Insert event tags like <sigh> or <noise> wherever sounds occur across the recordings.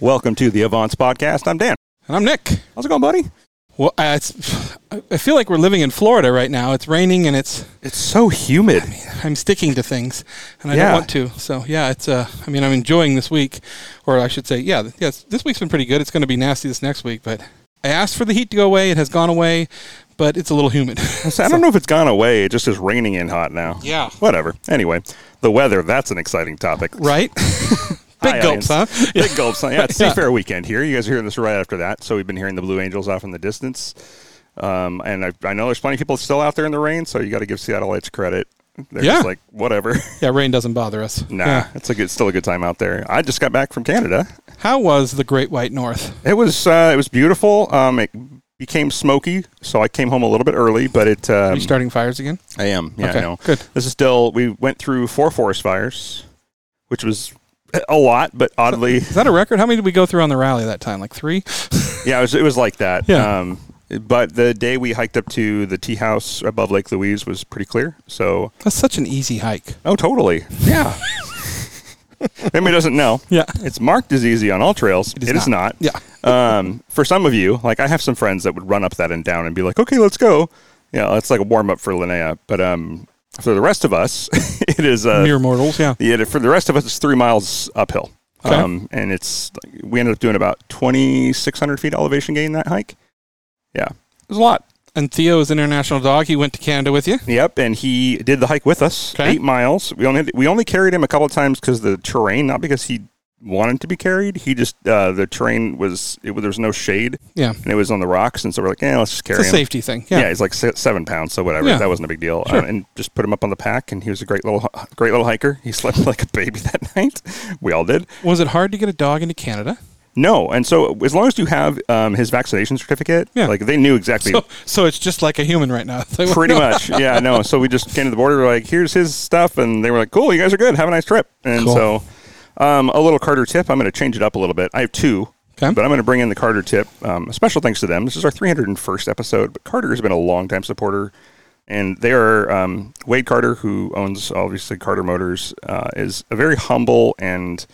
Welcome to the Avance Podcast. I'm Dan. And I'm Nick. How's it going, buddy? Well, uh, it's, I feel like we're living in Florida right now. It's raining and it's It's so <laughs> humid. I'm sticking to things, and I Yeah. don't want to. So yeah, it's. Uh, I mean, I'm enjoying this week, or I should say, yeah, th- yes. This week's been pretty good. It's going to be nasty this next week, but I asked for the heat to go away. It has gone away, but it's a little humid. <laughs> So I don't know if it's gone away. It just is raining and hot now. Yeah. Whatever. Anyway, the weather, that's an exciting topic. right? <laughs> Big Hi, gulps, audience. huh? <laughs> Big gulps. huh? Yeah, <laughs> it's Yeah. Seafair weekend here. You guys are hearing this right after that. So we've been hearing the Blue Angels off in the distance. Um, and I, I know there's plenty of people still out there in the rain, so you got to give Seattle Lights credit. They're Yeah. just like, whatever. <laughs> Yeah, rain doesn't bother us. nah, Yeah. it's, a good, still a good time out there. I just got back from Canada. How was the Great White North? It was uh, it was beautiful. Um, it became smoky, so I came home a little bit early. But it Are um, you starting fires again? I am yeah Okay, I know. good. This is still we went through four forest fires, which was a lot, but <laughs> oddly Is that a record? How many did we go through on the rally that time? Like three? <laughs> yeah it was it was like that. Yeah. Um, but the day we hiked up to the tea house above Lake Louise was pretty clear. So That's such an easy hike. oh totally yeah. If Anybody doesn't know. <laughs> Yeah. It's marked as easy on all trails. It is, is not. not. um, for some of you, like I have some friends that would run up that and down and be like, okay, let's go. You know, it's like a warm up for Linnea. But um, for the rest of us, <laughs> it is uh, Mere mortals. Yeah. yeah, for the rest of us, it's three miles uphill. Okay. Um, and it's we ended up doing about 2,600 feet elevation gain that hike. Yeah, it was a lot. And Theo is an international dog. He went to Canada with you. Yep, and he did the hike with us, Okay. eight miles. We only we only carried him a couple of times because the terrain, not because he wanted to be carried. He just uh, the terrain was it, was- there was no shade Yeah. and it was on the rocks, and so we're like, yeah, let's just carry It's a him. safety thing. Yeah. Yeah. he's like se- seven pounds, so whatever. Yeah. That wasn't a big deal. Sure. Uh, and just put him up on the pack, and he was a great little great little hiker. He slept <laughs> like a baby that night. We all did. Was it hard to get a dog into Canada? No, and so as long as you have um, his vaccination certificate, Yeah. like they knew exactly. So, so it's just like a human right now. <laughs> It's like, Pretty much, yeah. No, so we just came to the border. We're like, "Here's his stuff," and they were like, "Cool, you guys are good. Have a nice trip." And Cool. so, um, a little Carter tip. I'm going to change it up a little bit. I have two, Okay. but I'm going to bring in the Carter tip. Um, special thanks to them. This is our 301st episode, but Carter has been a longtime supporter, and they are um, Wade Carter, who owns obviously Carter Motors, uh, is a very humble and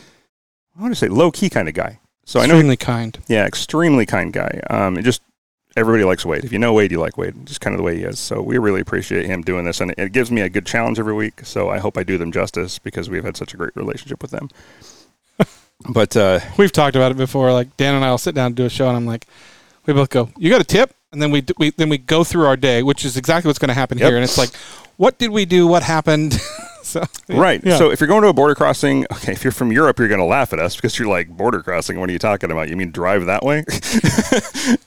I want to say low key kind of guy. So I know extremely kind. yeah, extremely kind guy. Um, and just everybody likes Wade. If you know Wade, you like Wade. Just kind of the way he is. So we really appreciate him doing this, and it gives me a good challenge every week. So I hope I do them justice because we've had such a great relationship with them. <laughs> but uh, We've talked about it before. Like Dan and I will sit down and do a show, and I'm like, we both go, "You got a tip?" And then we, d- we then we go through our day, which is exactly what's going to happen Yep. here. And it's like, what did we do? What happened? <laughs> so right, Yeah. so if you're going to a border crossing, okay, if you're from Europe, you're going to laugh at us because you're like border crossing. What are you talking about? You mean drive that way?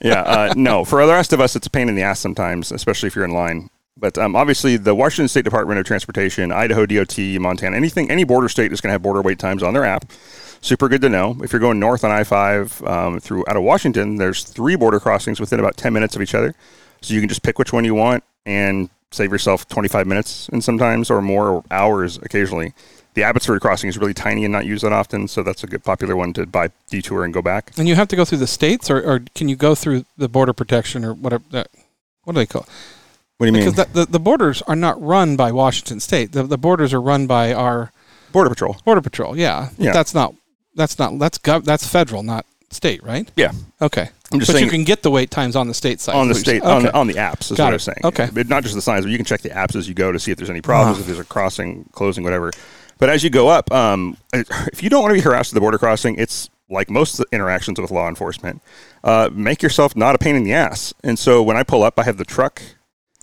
<laughs> yeah, uh, no. For the rest of us, it's a pain in the ass sometimes, especially if you're in line. But um, obviously, the Washington State Department of Transportation, Idaho DOT, Montana, anything, any border state is going to have border wait times on their app. Super good to know. If you're going north on I 5 um, through out of Washington, there's three border crossings within about 10 minutes of each other. So you can just pick which one you want and save yourself 25 minutes and sometimes or more or hours occasionally. The Abbotsford crossing is really tiny and not used that often, so that's a good popular one to buy detour and go back. And you have to go through the states, or, or can you go through the border protection or whatever? That, what do they call? It? What do you mean? Because the, the the borders are not run by Washington State. The the borders are run by our Border Patrol. Border Patrol, yeah. Yeah. That's not that's not that's gov- that's federal, not state, right? Yeah. Okay. I'm just but saying- you can get the wait times on the state side. on the is what you're state saying. on, the, Okay. on the apps is Got what it. I'm saying. Okay. Ah. but not just the signs, but you can check the apps as you go to see if there's any problems, if there's a crossing, closing, whatever. But as you go up, um, <laughs> if you don't want to be harassed at the border crossing, it's like most interactions with law enforcement. Uh, make yourself not a pain in the ass. And so when I pull up, I have the truck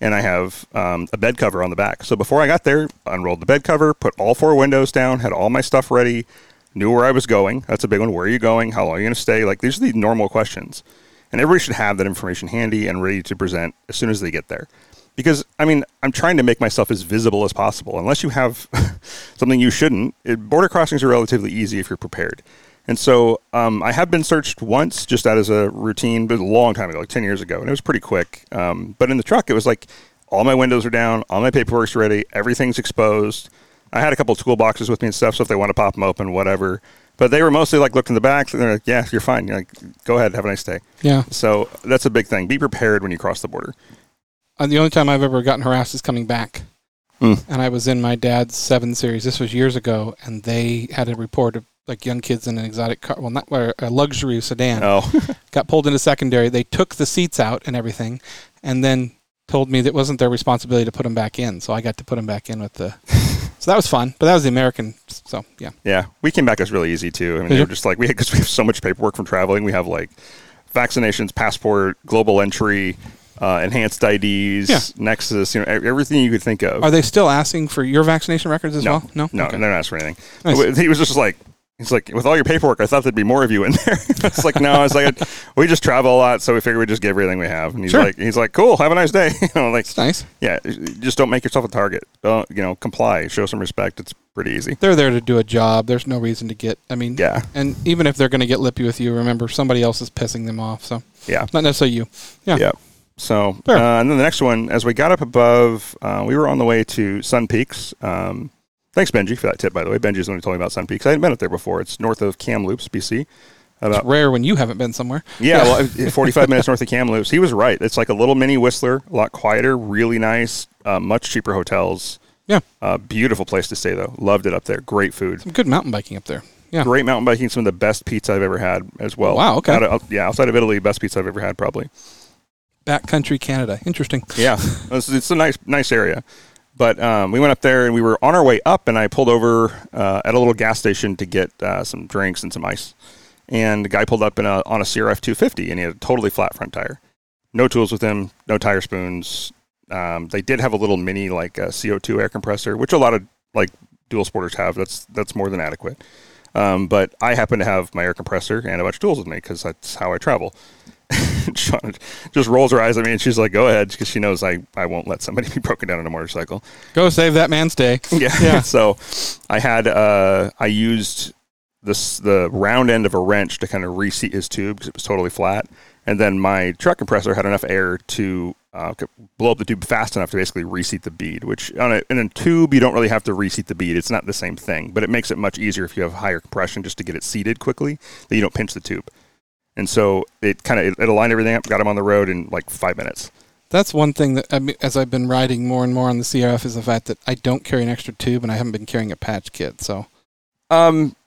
and I have um, a bed cover on the back. So before I got there, unrolled the bed cover, put all four windows down, had all my stuff ready, knew where I was going. That's a big one. Where are you going? How long are you going to stay? Like these are the normal questions, and everybody should have that information handy and ready to present as soon as they get there. Because I mean, I'm trying to make myself as visible as possible. Unless you have <laughs> something you shouldn't, it, border crossings are relatively easy if you're prepared. And so um, I have been searched once, just out as a routine, but a long time ago, like 10 years ago, and it was pretty quick. Um, but in the truck, it was like all my windows are down, all my paperwork's ready, everything's exposed. I had a couple toolboxes with me and stuff, so if they want to pop them open, whatever. But they were mostly like looked in the back, and they're like, "Yeah, you're fine. You're like, go ahead, have a nice day." Yeah. So that's a big thing. Be prepared when you cross the border. Uh, the only time I've ever gotten harassed is coming back. Hmm. And I was in my dad's 7 series. This was years ago and they had a report of like young kids in an exotic car, well, not or a luxury sedan, Oh, got pulled into secondary. They took the seats out and everything, and then told me that it wasn't their responsibility to put them back in. So I got to put them back in <laughs> with the. so that was fun, but that was the American. So yeah, yeah. We came back as really easy too. I mean, Did they you? were just like we because we have so much paperwork from traveling. We have like vaccinations, passport, global entry, uh, enhanced IDs, Yeah. Nexus. You know, e- everything you could think of. are they still asking for your vaccination records as no, well? no, Okay. they're not asking for anything. Nice. But He was just like. He's like, with all your paperwork, I thought there'd be more of you in <laughs> there. it's like, no, it's like, we just travel a lot, so we figured we'd just give everything we have. And he's Sure. like, he's like, cool, have a nice day. <laughs> you know, like, It's nice. yeah, just don't make yourself a target. Don't, you know, comply, show some respect. It's pretty easy. They're there to do a job. There's no reason to get. I mean, Yeah, And even if they're going to get lippy with you, remember somebody else is pissing them off. So yeah. not necessarily you. Yeah. <laughs> Yeah. So, Fair. uh, and then the next one, as we got up above, uh, we were on the way to Sun Peaks. Um, thanks, Benji, for that tip, by the way. Benji's the one who told me about Sun Peaks. I hadn't been up there before. It's north of Kamloops, BC. It's About rare when you haven't been somewhere. yeah, Well, 45 minutes north of Kamloops. He was right. It's like a little mini Whistler, a lot quieter, really nice, uh, much cheaper hotels. Yeah. Uh, beautiful place to stay though. Loved it up there. Great food. Good mountain biking up there. Yeah. Great mountain biking. Some of the best pizza I've ever had as well. Wow, okay. Out of- yeah. Outside of Italy, best pizza I've ever had probably. Backcountry Canada. Interesting. Yeah, <laughs> it's, it's a nice nice area. But um, we went up there and we were on our way up, and I pulled over uh, at a little gas station to get uh, some drinks and some ice. And the guy pulled up in a, on a CRF 250, and he had a totally flat front tire, no tools with him, no tire spoons. Um, they did have a little mini like uh, CO2 air compressor, which a lot of like dual sporters have. That's that's more than adequate. Um, but I happen to have my air compressor and a bunch of tools with me because that's how I travel. <laughs> Sean just rolls her eyes at me and she's like, "Go ahead," because she knows I, I won't let somebody <laughs> be broken down on a motorcycle. Go save that <laughs> man's day. Yeah. Yeah. so I had uh, I used this the round end of a wrench to kind of reseat his tube because it was totally flat, and then my truck compressor had enough air to uh, c- blow up the tube fast enough to basically reseat the bead. Which on a, in a tube you don't really have to reseat the bead; it's not the same thing, but it makes it much easier if you have higher compression just to get it seated quickly that you don't pinch the tube. And so it kind of it, it aligned everything up, got him on the road in like five minutes. That's one thing that, I mean, as I've been riding more and more on the CRF, is the fact that I don't carry an extra tube and I haven't been carrying a patch kit. So, Um,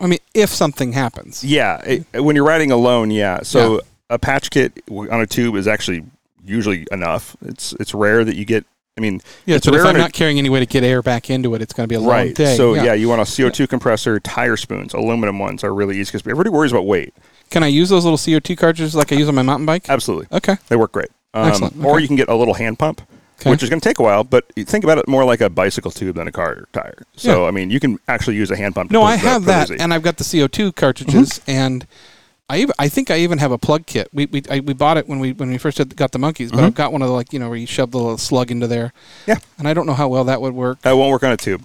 I mean, if something happens, Yeah, it, when you're riding alone, yeah. So a patch kit w- on a tube is actually usually enough. It's it's rare that you get. I mean, yeah, It's but if rare I'm to- not carrying any way to get air back into it, it's going to be a long right? day. So yeah. you want a CO2 compressor, tire spoons, aluminum ones are really easy because everybody worries about weight. Can I use those little CO2 cartridges like I use on my mountain bike? Absolutely, Okay. they work great. Um, Excellent, okay. Or you can get a little hand pump, Okay. which is going to take a while, but you think about it more like a bicycle tube than a car tire. So I mean, you can actually use a hand pump. to No, push I it up have pretty that, easy. Mm-hmm. and I've got the CO2 cartridges, and I even, I think I even have a plug kit. We we, I, we bought it when we when we first had, got the monkeys, but Mm-hmm. I've got one of the like you know where you shove the little slug into there. Yeah. and I don't know how well that would work. Uh, It won't work on a tube,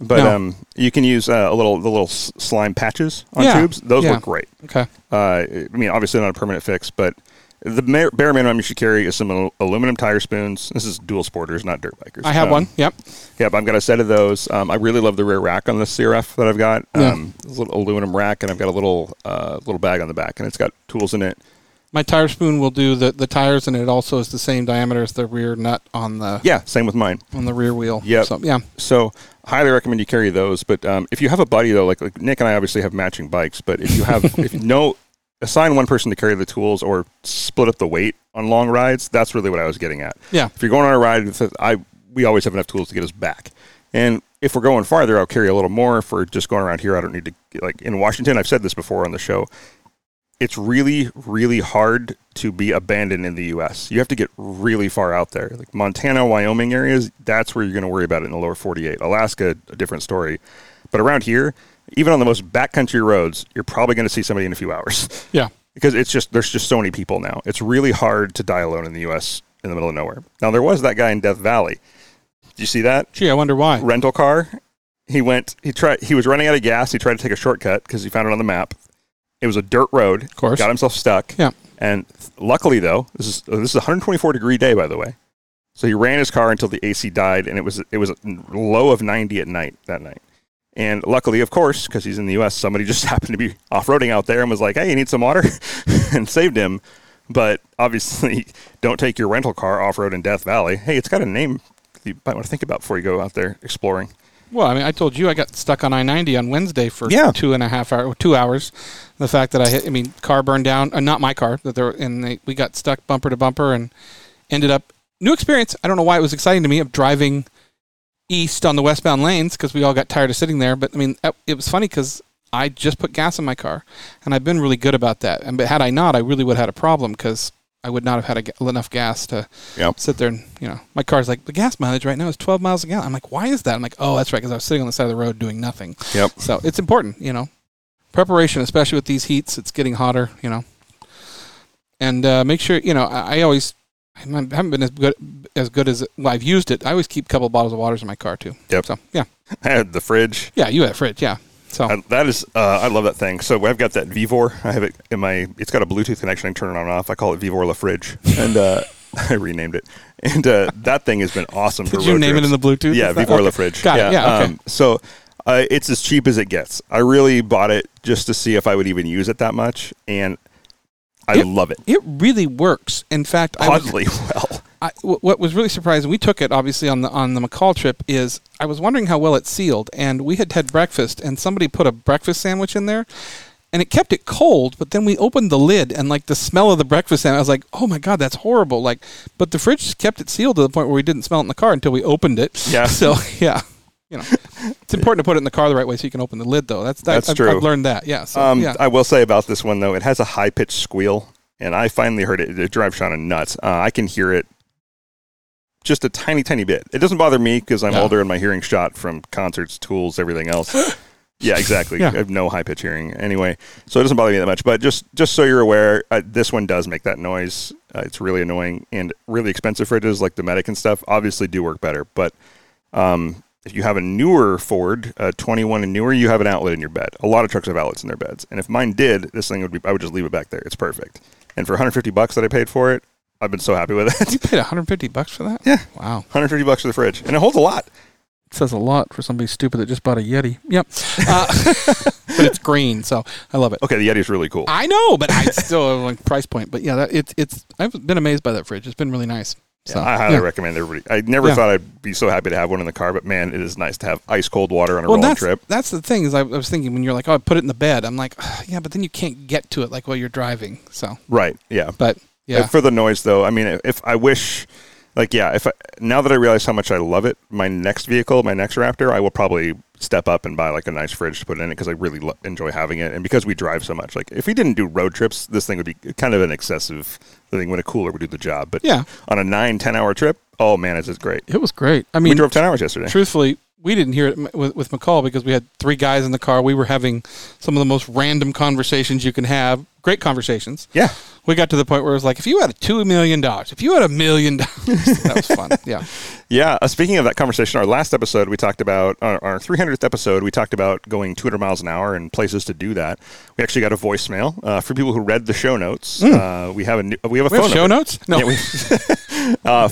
but No. um, you can use uh, a little the little s- slime patches on Yeah. tubes. Those Yeah. work great. Okay, uh, I mean, obviously not a permanent fix, but the mer- bare minimum you should carry is some al- aluminum tire spoons. This is dual sporters, not dirt bikers. I have Um, one. Yep, Yep, I've got a set of those. Um, I really love the rear rack on this CRF that I've got. Yeah. Um, it's a little aluminum rack, and I've got a little uh, little bag on the back, and it's got tools in it. my tire spoon will do the, the tires, and it also is the same diameter as the rear nut on the Yeah, same with mine. on the rear wheel. Yep. So, yeah, So highly recommend you carry those. But um, if you have a buddy though, like, like Nick and I obviously have matching bikes, but if you have if you know assign one person to carry the tools or split up the weight on long rides, that's really what I was getting at. Yeah. If you're going on a ride, with us, I we always have enough tools to get us back. And if we're going farther, I'll carry a little more. If we're just going around here, I don't need to like in Washington. I've said this before on the show it's really really hard to be abandoned in the US. You have to get really far out there. Like Montana, Wyoming areas, that's where you're going to worry about it in the lower 48. Alaska, a different story. But around here, even on the most backcountry roads, you're probably going to see somebody in a few hours <laughs> yeah. because it's just there's just so many people now. It's really hard to die alone in the US in the middle of nowhere. Now there was that guy in Death Valley. Did you see that? Gee, I wonder why. rental car. He went. He tried. He was running out of gas. He tried to take a shortcut because he found it on the map. It was a dirt road. Of course. got himself stuck. Yeah. And luckily, though, this is this is a 124 degree day, by the way. So he ran his car until the AC died, and it was it was a low of 90 at night that night. And luckily, of course, because he's in the U.S., somebody <laughs> just happened to be off roading out there and was like, "Hey, you need some water," <laughs> and saved him. But obviously, <laughs> don't take your rental car off road in Death Valley. Hey, it's got a name you might want to think about before you go out there exploring. Well, I mean, I told you I got stuck on I ninety on Wednesday for Yeah. two and a half hour, two hours. The fact that I hit, I mean, car burned down, uh, not my car, that there, and they, we got stuck bumper to bumper and ended up new experience. I don't know why it was exciting to me of driving east on the westbound lanes because we all got tired of sitting there. But I mean, that- it was funny because I just put gas in my car, and I've been really good about that. And but had I not, I really would have had a problem because I would not have had a ga- enough gas to Yep. sit there and you know my car's like the gas mileage right now is 12 miles a gallon. I'm like, why is that? I'm like, oh, that's right, because I was sitting on the side of the road doing nothing. Yep. So it's important, you know, preparation, especially with these heats. It's getting hotter, you know, and uh, make sure you know. I, I always I haven't been as good as good as well, I've used it. I always keep a couple bottles of waters in my car too. Yep. So yeah, <laughs> I had the fridge. yeah, you have a fridge, yeah. So I, that is, uh, I love that thing. So I've got that Vivor. I have it in my. It's got a Bluetooth connection. I can turn it on and off. I call it Vivor La Fridge, and uh, <laughs> I renamed it. And uh, that thing has been awesome for did you road name trips. it in the Bluetooth? Yeah, Is that- Vivor La okay. Fridge. Got it. Yeah. Okay. so uh, it's as cheap as it gets. I really bought it just to see if I would even use it that much, and I Yep. love it it really works. In fact, I was, oddly <laughs> well. I, wh- what was really surprising, we took it obviously on the on the McCall trip. Is I was wondering how well it sealed, and we had had breakfast, and somebody put a breakfast sandwich in there, and it kept it cold. But then we opened the lid, and like the smell of the breakfast sandwich, I was like, "Oh my god, that's horrible!" Like, but the fridge just kept it sealed to the point where we didn't smell it in the car until we opened it. Yeah. <laughs> So yeah, you know, it's important to put it in the car the right way so you can open the lid, though. That's that, That's I've, true. I've learned that. Yeah. So Um, yeah. I will say about this one though, it has a high pitched squeal, and I finally heard it. It drives Shauna nuts. Uh, I can hear it just a tiny, tiny bit. It doesn't bother me because I'm Yeah. older and my hearing's shot from concerts, tools, everything <gasps> else. yeah, exactly. Yeah. I have no high pitch hearing anyway, so it doesn't bother me that much. But just just so you're aware, uh, this one does make that noise. Uh, it's really annoying and really expensive fridges like the Medic and stuff. Obviously, do work better, but um, if you have a newer Ford, uh, 21 and newer, you have an outlet in your bed. A lot of trucks have outlets in their beds. And if mine did, this thing would be, I would just leave it back there. It's perfect. And for 150 bucks that I paid for it, I've been so happy with it. <laughs> you paid 150 bucks for that? Yeah. Wow. 150 bucks for the fridge. And it holds a lot. says a lot for somebody stupid that just bought a Yeti. Yep. Uh, <laughs> but it's green, so I love it. Okay, the Yeti's really cool. I know, but I still like price point. But yeah, that, it's it's I've been amazed by that fridge. It's been really nice. So I highly yeah. recommend everybody. I never Yeah. thought I'd be so happy to have one in the car, but man, it is nice to have ice cold water on a Well, rolling that's trip. that's the thing is I, I was thinking when you're like, oh, I put it in the bed. I'm like, "Ugh, yeah, but then you can't get to it like while you're driving. So, Right. Yeah. but And yeah, For the noise, though, I mean, if I wish, like, yeah, if I, now that I realize how much I love it, my next vehicle, my next Raptor, I will probably step up and buy like a nice fridge to put in it because I really lo- enjoy having it, and because we drive so much, like, if we didn't do road trips, this thing would be kind of an excessive thing when a cooler would do the job. But Yeah. on a nine, ten hour trip, oh man, it's just great. it was great. I We mean, drove ten hours yesterday. truthfully, we didn't hear it m- with, with McCall because we had three guys in the car. We were having some of the most random conversations you can have. Great conversations. Yeah. we got to the point where it was like, if you had two million dollars, if you had a million <laughs> dollars, that was fun. <laughs> Yeah, Yeah. Uh, speaking of that conversation, our last episode, we talked about our, our 300th episode, we talked about going 200 miles an hour and places to do that. We actually got a voicemail uh, for people who read the show notes. Uh, we have a new, we have a Hmm. we phone have show number. notes. No, Yeah, we- Uh,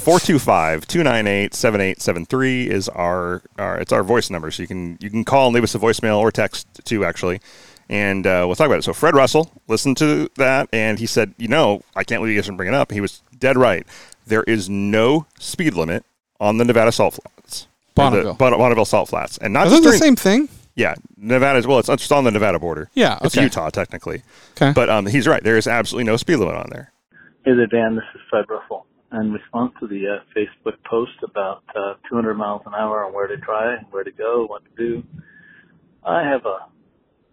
425-298-7873 is our, our it's our voice number so you can you can call and leave us a voicemail or text too actually and uh, we'll talk about it so fred russell listened to that and he said you know i can't believe you guys didn't bring it up he was dead right there is no speed limit on the nevada salt flats Or the Bonneville. Bon- bonneville salt flats and not are just those the during, same thing? yeah nevada as well it's, it's on the nevada border Yeah, it's okay. utah technically Okay. but um, he's right there is absolutely no speed limit on there Hey there, Dan. This is Fred Russell. In response to the uh, Facebook post about uh, 200 miles an hour and where to try, where to go, what to do, I have a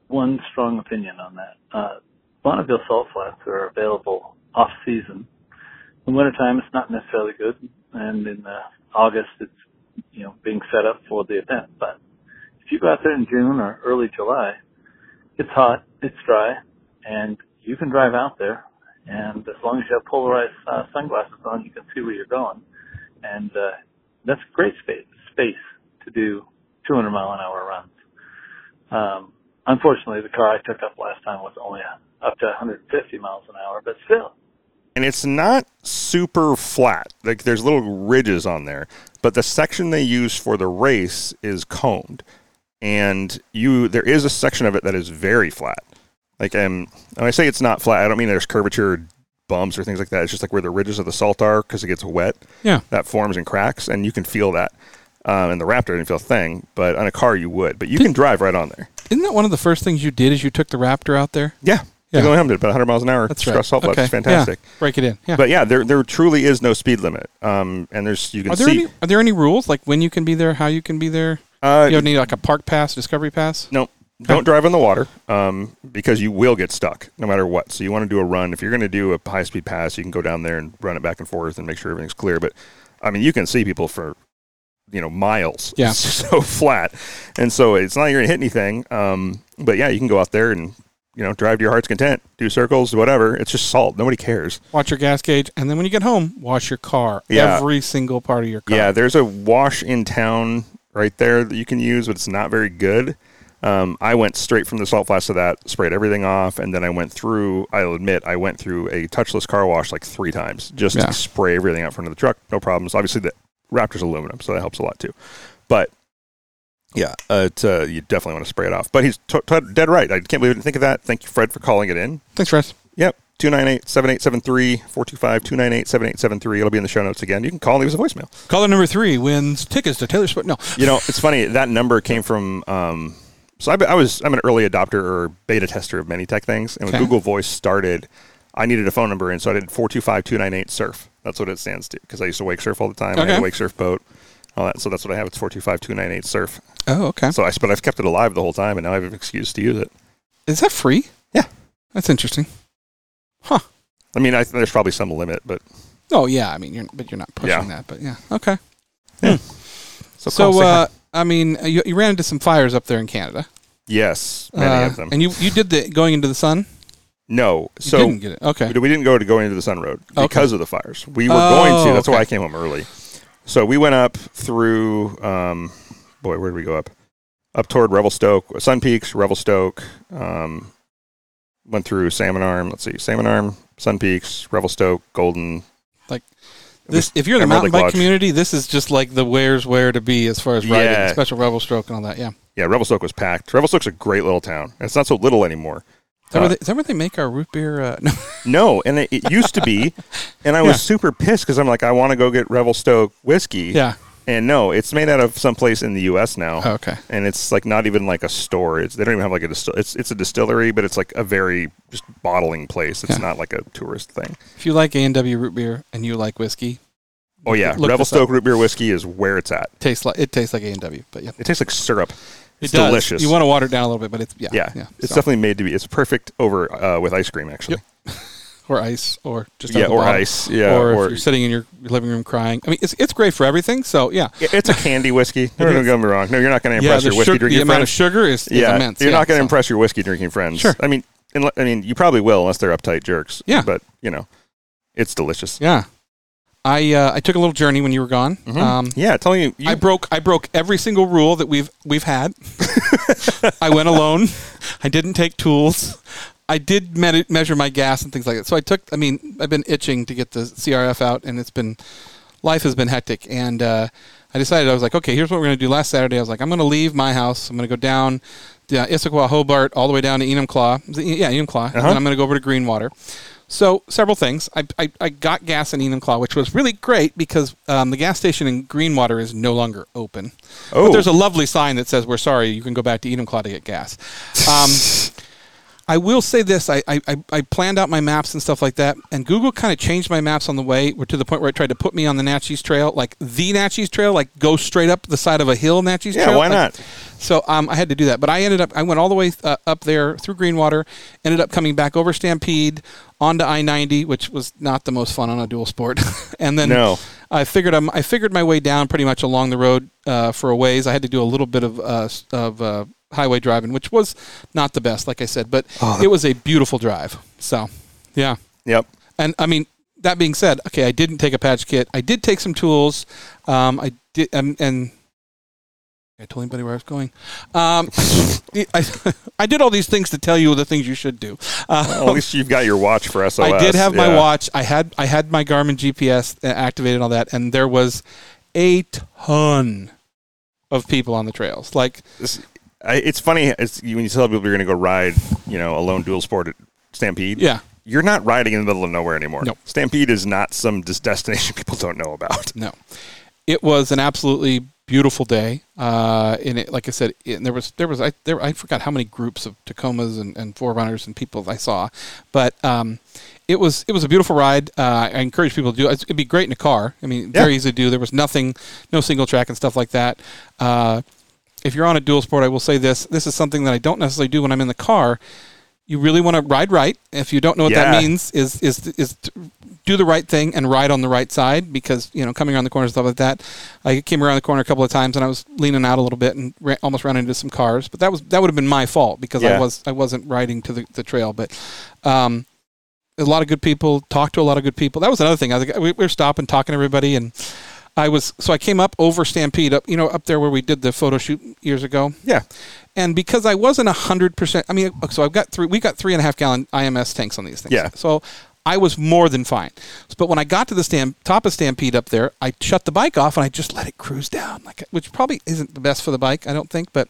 one strong opinion on that. Uh, Bonneville salt flats are available off season. In wintertime, it's not necessarily good, and in uh, August, it's you know being set up for the event. But if you go out there in June or early July, it's hot, it's dry, and you can drive out there. And as long as you have polarized uh, sunglasses on, you can see where you're going. And uh, that's great space space to do 200 mile an hour runs. Um, unfortunately, the car I took up last time was only uh, up to 150 miles an hour, but still, and it's not super flat. Like there's little ridges on there, but the section they use for the race is coned, and you there is a section of it that is very flat. Like um, when I say it's not flat, I don't mean there's curvature, or bumps, or things like that. It's just like where the ridges of the salt are because it gets wet yeah, that forms and cracks, and you can feel that. Um, and the Raptor didn't feel a thing, but on a car you would. But you can drive right on there. Isn't that one of the first things you did? Is you took the Raptor out there? Yeah. Yeah. You're going 100, about 100 miles an hour. That's right. across Salt Flats. It's Okay. Yeah. fantastic. Break it in. Yeah. But yeah, there there truly is no speed limit. Um, and there's you can are there see any are there any rules like when you can be there, how you can be there? uh, You don't need like a park pass, discovery pass. No, don't drive on the water um, because you will get stuck no matter what. So you want to do a run. If you're going to do a high speed pass, you can go down there and run it back and forth and make sure everything's clear. But I mean, you can see people for you know miles. Yeah. It's <laughs> so flat, and so it's not like you're going to hit anything. Um, but yeah, you can go out there and you know drive to your heart's content, do circles, whatever. It's just salt. Nobody cares. Watch your gas gauge, and then when you get home, wash your car. Yeah. Every single part of your car. Yeah, there's a wash in town right there that you can use, but it's not very good. Um, I went straight from the salt flats to that, sprayed everything off, and then I went through. I'll admit, I went through a touchless car wash like three times just Yeah. to spray everything out front of the truck. No problems. Obviously, the Raptor's aluminum, so that helps a lot too. But yeah, uh, it's, uh, you definitely want to spray it off. But he's t- t- dead right. I can't believe I didn't think of that. Thank you, Fred, for calling it in. Thanks, Russ. Yep. 298 7873 425 298 7873. It'll be in the show notes again. You can call and leave us a voicemail. Caller number three wins tickets to Taylor Swift. No. You know, it's funny that number came from. Um, so I, I was I'm an early adopter or beta tester of many tech things, and when Okay. Google Voice started, I needed a phone number, and so I did four two five two nine eight surf. That's what it stands to because I used to wake surf all the time. I had Okay. a wake surf boat, all that. So that's what I have. It's four two five two nine eight surf. Oh, okay. So I but I've kept it alive the whole time, and now I have an excuse to use it. Is that free? Yeah. That's interesting. I mean, I, there's probably some limit, but Oh yeah, I mean, you're but you're not pushing Yeah. that, but yeah, okay. so, So, call, say hi. uh, I mean, you, you ran into some fires up there in Canada, yes, many Uh, of them. and you you did the going into the sun. no, You so didn't get it. Okay, We- We didn't go to go into the Sun Road Okay. because of the fires. We were Oh, going to. That's why okay. I came home early. So we went up through, um, boy, where did we go up? Up toward Revelstoke, Sun Peaks, Revelstoke. Um, went through Salmon Arm. Let's see, Salmon Arm, Sun Peaks, Revelstoke, Golden. this if you're in the Emerald mountain Lake bike Lodge. community, this is just like the where's where to be as far as riding, Yeah. special rebel stroke and all that. Yeah, is Yeah, Revelstoke was packed. Revelstoke's a great little town. It's not so little anymore. that, Uh, where, they, is that where they make our root beer? Uh, <laughs> no, No, and it, it used to be, and <laughs> I was super pissed because I'm like, I want to go get Revelstoke whiskey. yeah. And no, it's made out of someplace in the U.S. now. Oh, okay. and it's like not even like a store. It's, they don't even have like a distil- it's it's a distillery, but it's like a very just bottling place. It's Yeah. not like a tourist thing. If you like A and W root beer and you like whiskey, Oh yeah, Look this Revelstoke root beer whiskey is where it's at. tastes like it tastes like A and W, but yeah, It tastes like syrup. It's does. delicious. You want to water it down a little bit, but it's yeah, yeah, it's so- definitely made to be. It's perfect over uh, with ice cream actually. or ice or just out Yeah, of the or bottle. ice. Yeah, or, if or- you're sitting in your living room crying. I mean, it's it's great for everything. So yeah, It- It's a candy whiskey. No, <laughs> It don't is. get me wrong. No, you're not going to yeah. impress The, your whiskey sugar, the drinking amount of friends. sugar is, is yeah, immense. you're yeah, not going to so. impress your whiskey drinking friends. Sure. I mean, unle- I mean, you probably will unless they're uptight jerks. Yeah. but you know, it's delicious. Yeah, I uh, I took a little journey when you were gone. Mhm. Um, yeah, telling you, you I broke I broke every single rule that we've we've had. I went alone. I didn't take tools. I did me- measure my gas and things like that. So I took. I mean, I've been itching to get the CRF out, and it's been life has been hectic. And uh, I decided I was like, okay, here's what we're going to do. Last Saturday, I was like, I'm going to leave my house. I'm going to go down to Issaquah, Hobart, all the way down to Enumclaw. Is it- Yeah, Enumclaw, and Uh-huh. then I'm going to go over to Greenwater. So several things. I, I, I got gas in Enumclaw, which was really great because um, the gas station in Greenwater is no longer open. But Oh. there's a lovely sign that says, "We're sorry, you can go back to Enumclaw to get gas." Um, I will say this: I, I, I- I planned out my maps and stuff like that, and Google kind of changed my maps on the way to the point where it tried to put me on the Natchez Trail, like the Natchez Trail, like go straight up the side of a hill Natchez Yeah, Trail. why Like, not? so um, I had to do that, but I ended up I went all the way uh, up there through Greenwater, ended up coming back over Stampede onto I ninety, which was not the most fun on a dual sport, <laughs> and then No. I figured I'm, I figured my way down pretty much along the road uh, for a ways. I had to do a little bit of uh, s- of uh, highway driving, which was not the best, like I said, but it was a beautiful drive. So, yeah. yep. And I mean, that being said, okay, I didn't take a patch kit. I did take some tools. Um, I did, um, and I told anybody where I was going. Um, <laughs> I, I did all these things to tell you the things you should do. Uh, Well, at least you've got your watch for SOS. I did have my uh, Yeah. watch. I had I had my Garmin GPS uh, activated and all that, and there was a ton of people on the trails. Like This- I, it's funny it's, you- when you tell people you're going to go ride, you know, a lone dual sport at Stampede. Yeah. You're not riding in the middle of nowhere anymore. Nope. <laughs> Stampede is not some dis- destination people don't know about. No. It was an absolutely beautiful day. Uh, and it, like I said, it, and there was there was I there I forgot how many groups of Tacomas and and Forerunners and people I saw, but um, it was it was a beautiful ride. Uh, I encourage people to do. it. It'd be great in a car. I mean, very easy to do. There was nothing, no single track and stuff like that. Uh, if you're on a dual sport, I will say this: this is something that I don't necessarily do when I'm in the car. You really want to ride right. If you don't know what Yeah. that means, is is is to do the right thing and ride on the right side because you know coming around the corner and stuff like that. I came around the corner a couple of times and I was leaning out a little bit and ran, almost ran into some cars. But that was that would have been my fault because Yeah. I was I wasn't riding to the, the trail. But um, a lot of good people, talked to a lot of good people. That was another thing. I was, we, we were stopping, talking to everybody, and I was so I came up over Stampede up, you know, up there where we did the photo shoot years ago. Yeah. And because I wasn't hundred percent, I mean, so I've got three. We got three and a half gallon IMS tanks on these things. Yeah. So I was more than fine. But when I got to the stamp, top of Stampede up there, I shut the bike off and I just let it cruise down, like which probably isn't the best for the bike, I don't think, but.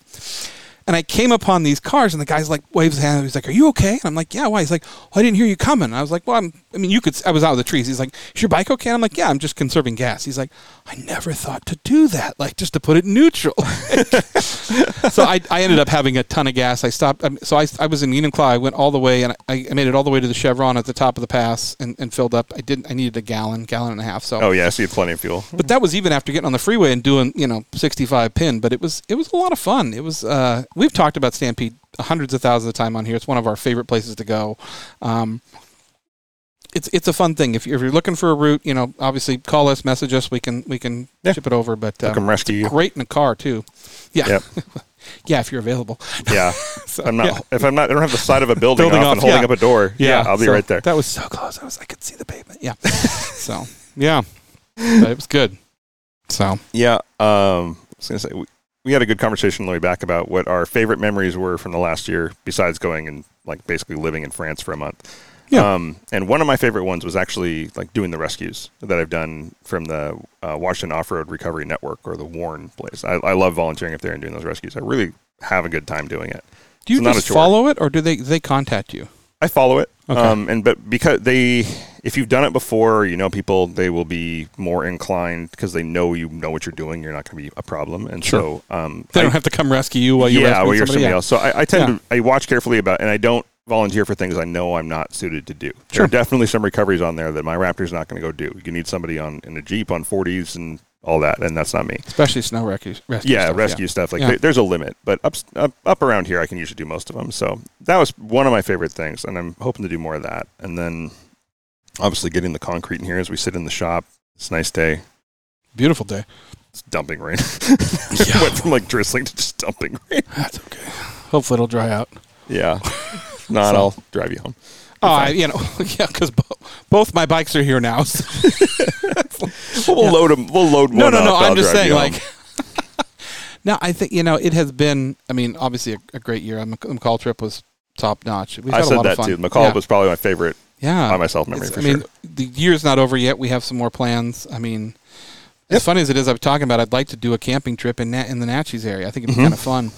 And I came upon these cars, and the guy's like waves his hand. He's like, "Are you okay?" And I'm like, "Yeah." Why? He's like, oh, "I didn't hear you coming." And I was like, "Well, I'm. I mean, you could." I was out of the trees. He's like, "Is your bike okay?" And I'm like, "Yeah, I'm just conserving gas." He's like, "I never thought to do that. Like, just to put it neutral." <laughs> so I, I ended up having a ton of gas. I stopped. um, So I, I was in Enumclaw. I went all the way, and I, I made it all the way to the Chevron at the top of the pass, and, and filled up. I didn't. I needed a gallon, gallon and a half. So Oh yeah, so you had plenty of fuel. but that was even after getting on the freeway and doing you know 65 pin but it was it was a lot of fun it was uh, we've talked about stampede hundreds of thousands of time on here it's one of our favorite places to go um, it's it's a fun thing if you're, if you're looking for a route you know obviously call us message us we can we can Yeah. ship it over but I um, can rescue <laughs> you. great in a car too yeah Yep. yeah if you're available <laughs> Yeah. So, I'm not yeah. if I'm not I don't have the side of a building, Building off, and off, holding yeah. up a door. Yeah, I'll be so right there. that was so close i was i could see the pavement yeah <laughs> so yeah but it was good so Yeah. Um, I was gonna say we, we had a good conversation on the way back about what our favorite memories were from the last year, besides going and like basically living in France for a month. Yeah. Um, and one of my favorite ones was actually like doing the rescues that I've done from the uh, Washington Off Road Recovery Network or the Warren place. I, I love volunteering up there and doing those rescues. I really have a good time doing it. do you It's not a just chore. follow it or do they they contact you I follow it. Okay. Um, and but because they, if you've done it before, you know people, they will be more inclined because they know you know what you're doing. You're not going to be a problem, and Sure. so um, They I- don't have to come rescue you while you're yeah, rescuing while you're somebody, somebody yeah. else. So I, I tend Yeah. to I watch carefully about, and I don't volunteer for things I know I'm not suited to do. There Sure. are definitely some recoveries on there that my Raptor's not going to go do. You need somebody on in a Jeep on 40s and all that, and that's not me. Especially snow rescue. rescue yeah, stuff, rescue stuff. Like Yeah. there, there's a limit, but up, up up around here, I can usually do most of them. So that was one of my favorite things, and I'm hoping to do more of that. And then obviously getting the concrete in here as we sit in the shop. It's a nice day. Beautiful day. It's dumping rain. <laughs> Went from like drizzling to just dumping rain. That's okay. Hopefully it'll dry out. Yeah. If <laughs> Not. So- I'll drive you home. Oh, I, you know, <laughs> yeah, because bo- both my bikes are here now. <laughs> so- Well, we'll load 'em- We'll load no, one no, up. no. I'll I'm just drive saying, you home. <laughs> like. <laughs> no, I think you know it has been. I mean, obviously a, a great year. The McCall trip was top notch. We've I had a said lot of that fun. too. McCall yeah. was probably my favorite yeah. by myself memory It's- for I mean, sure. the year's not over yet. We have some more plans. I mean, as funny as it is, I'm talking about. I'd like to do a camping trip in Na- in the Natchez area. I think it'd Mm-hmm. be kind of fun.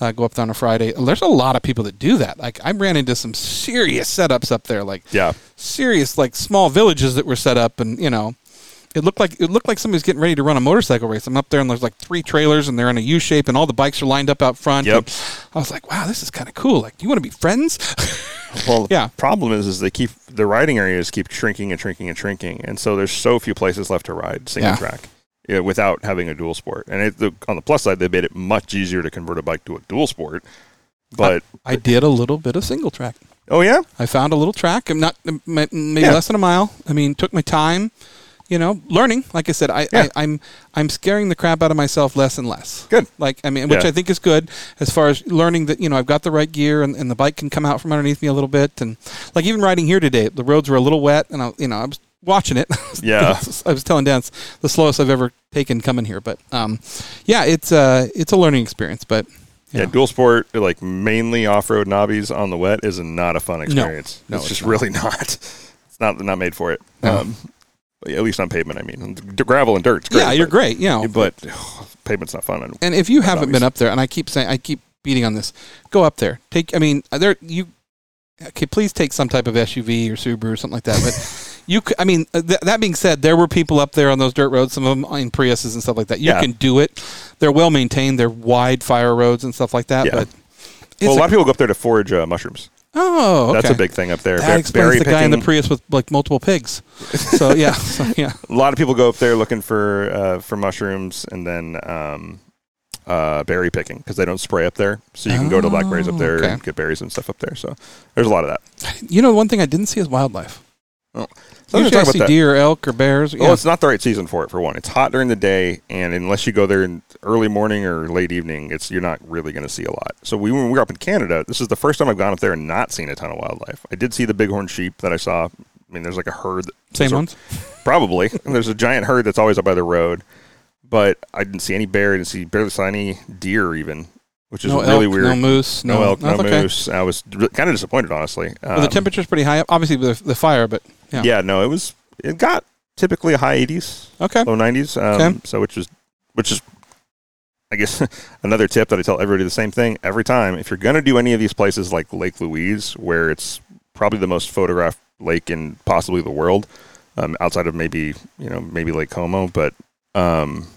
Uh, go up there on a Friday. There's a lot of people that do that. Like I ran into some serious setups up there. Like Yeah. serious like small villages that were set up and you know it looked like it looked like somebody's getting ready to run a motorcycle race. I'm up there and there's like three trailers and they're in a U shape and all the bikes are lined up out front. Yep. And I was like, wow, this is kind of cool. Like, do you want to be friends? <laughs> Well, Yeah. the problem is, is they keep the riding areas keep shrinking and shrinking and shrinking, and so there's so few places left to ride single Yeah. track yeah, without having a dual sport. And it, the, on the plus side, they made it much easier to convert a bike to a dual sport. Uh, But I did a little bit of single track. oh yeah, I found a little track. I'm not m- m- maybe Yeah. less than a mile. I mean, took my time. You know, learning. Like I said, I, Yeah. I I'm I'm scaring the crap out of myself less and less. Good. Like I mean, which Yeah. I think is good as far as learning that you know I've got the right gear and, and the bike can come out from underneath me a little bit and like even riding here today, the roads were a little wet and I you know I was watching it. <laughs> Yeah. I was telling Dan it's the slowest I've ever taken coming here, but um, yeah, it's uh it's a learning experience, but yeah, dual sport like mainly off road nobbies on the wet is not a fun experience. No, it's, it's just not. really <laughs> not. It's not not made for it. No. Um, but yeah, at least on pavement, I mean, D- gravel and dirt's great. yeah, you're but- great. You know, but <sighs> oh, pavement's not fun. And and if you haven't obvious. been up there, and I keep saying, I keep beating on this, go up there. Take, I mean, there you. Okay, please take some type of SUV or Subaru or something like that. But <laughs> you, c- I uh, mean, th- that being said, there were people up there on those dirt roads, some of them in Priuses and stuff like that. You Yeah. can do it. they're well maintained. They're wide fire roads and stuff like that. Yeah. But it's Well, a a- lot of people go up there to forage uh, mushrooms. oh, okay. That's a big thing up there. That Ber- explains berry the guy in the picking. Prius with like multiple pigs. So <laughs> yeah, so, yeah. a lot of people go up there looking for uh, for mushrooms and then um, uh, berry picking because they don't spray up there, so you can go to blackberries up there Oh, okay. and get berries and stuff up there. So there's a lot of that. You know, one thing I didn't see is wildlife. So let's Usually, I talk see about that. deer, elk, or bears. Well, Yeah. it's not the right season for it. For one, it's hot during the day, and unless you go there in early morning or late evening, it's you're not really going to see a lot. So we when we were up in Canada, this is the first time I've gone up there and not seen a ton of wildlife. I did see the bighorn sheep that I saw. I mean, there's like a herd. that- Same sort- ones. Probably. And there's a giant herd that's always up by the road. But I didn't see any bear. I didn't see barely saw any deer even, which is No really elk, weird. no moose, No no, elk, no that's okay. moose. I was kind of disappointed, honestly. Well, the Um, temperature's pretty high. up, Obviously, with the fire, but yeah. yeah, no, it was. It got typically a high 80s, Okay. low 90s. Um, Okay. So which is, which is, I guess <laughs> another tip that I tell everybody the same thing every time. If you're gonna do any of these places like Lake Louise, where it's probably the most photographed lake in possibly the world, um, outside of maybe you know maybe Lake Como, but um,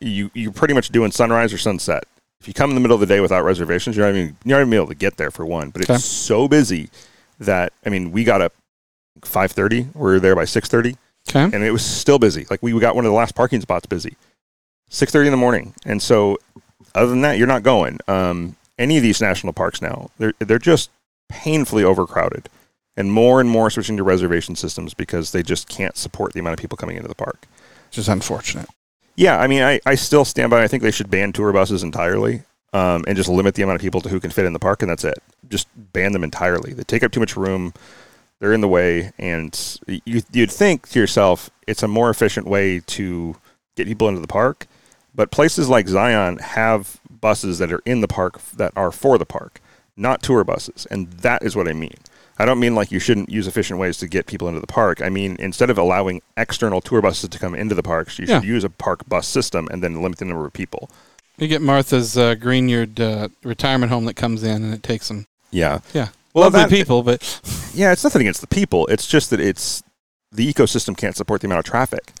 you you're pretty much doing sunrise or sunset. If you come in the middle of the day without reservations, you're not even you're not even able to get there for one. But it's Okay. so busy that I mean, we got up five thirty. We were there by six thirty Okay. and it was still busy. Like we got one of the last parking spots busy, six thirty in the morning. And so, other than that, you're not going. Um, any of these national parks now, they're they're just painfully overcrowded, and more and more switching to reservation systems because they just can't support the amount of people coming into the park. Which is unfortunate. Yeah, I mean, I, I still stand by. I think they should ban tour buses entirely um, and just limit the amount of people to who can fit in the park, and that's it. Just ban them entirely. They take up too much room. They're in the way, and you, you'd think to yourself, it's a more efficient way to get people into the park. But places like Zion have buses that are in the park that are for the park, not tour buses, and that is what I mean. I don't mean like you shouldn't use efficient ways to get people into the park. I mean instead of allowing external tour buses to come into the parks, you Yeah. should use a park bus system and then limit the number of people. You get Martha's uh, Greenyard uh, retirement home that comes in and it takes them. Yeah. Yeah. Well, Lovely that- people, but Yeah, it's nothing against the people. It's just that it's the ecosystem can't support the amount of traffic,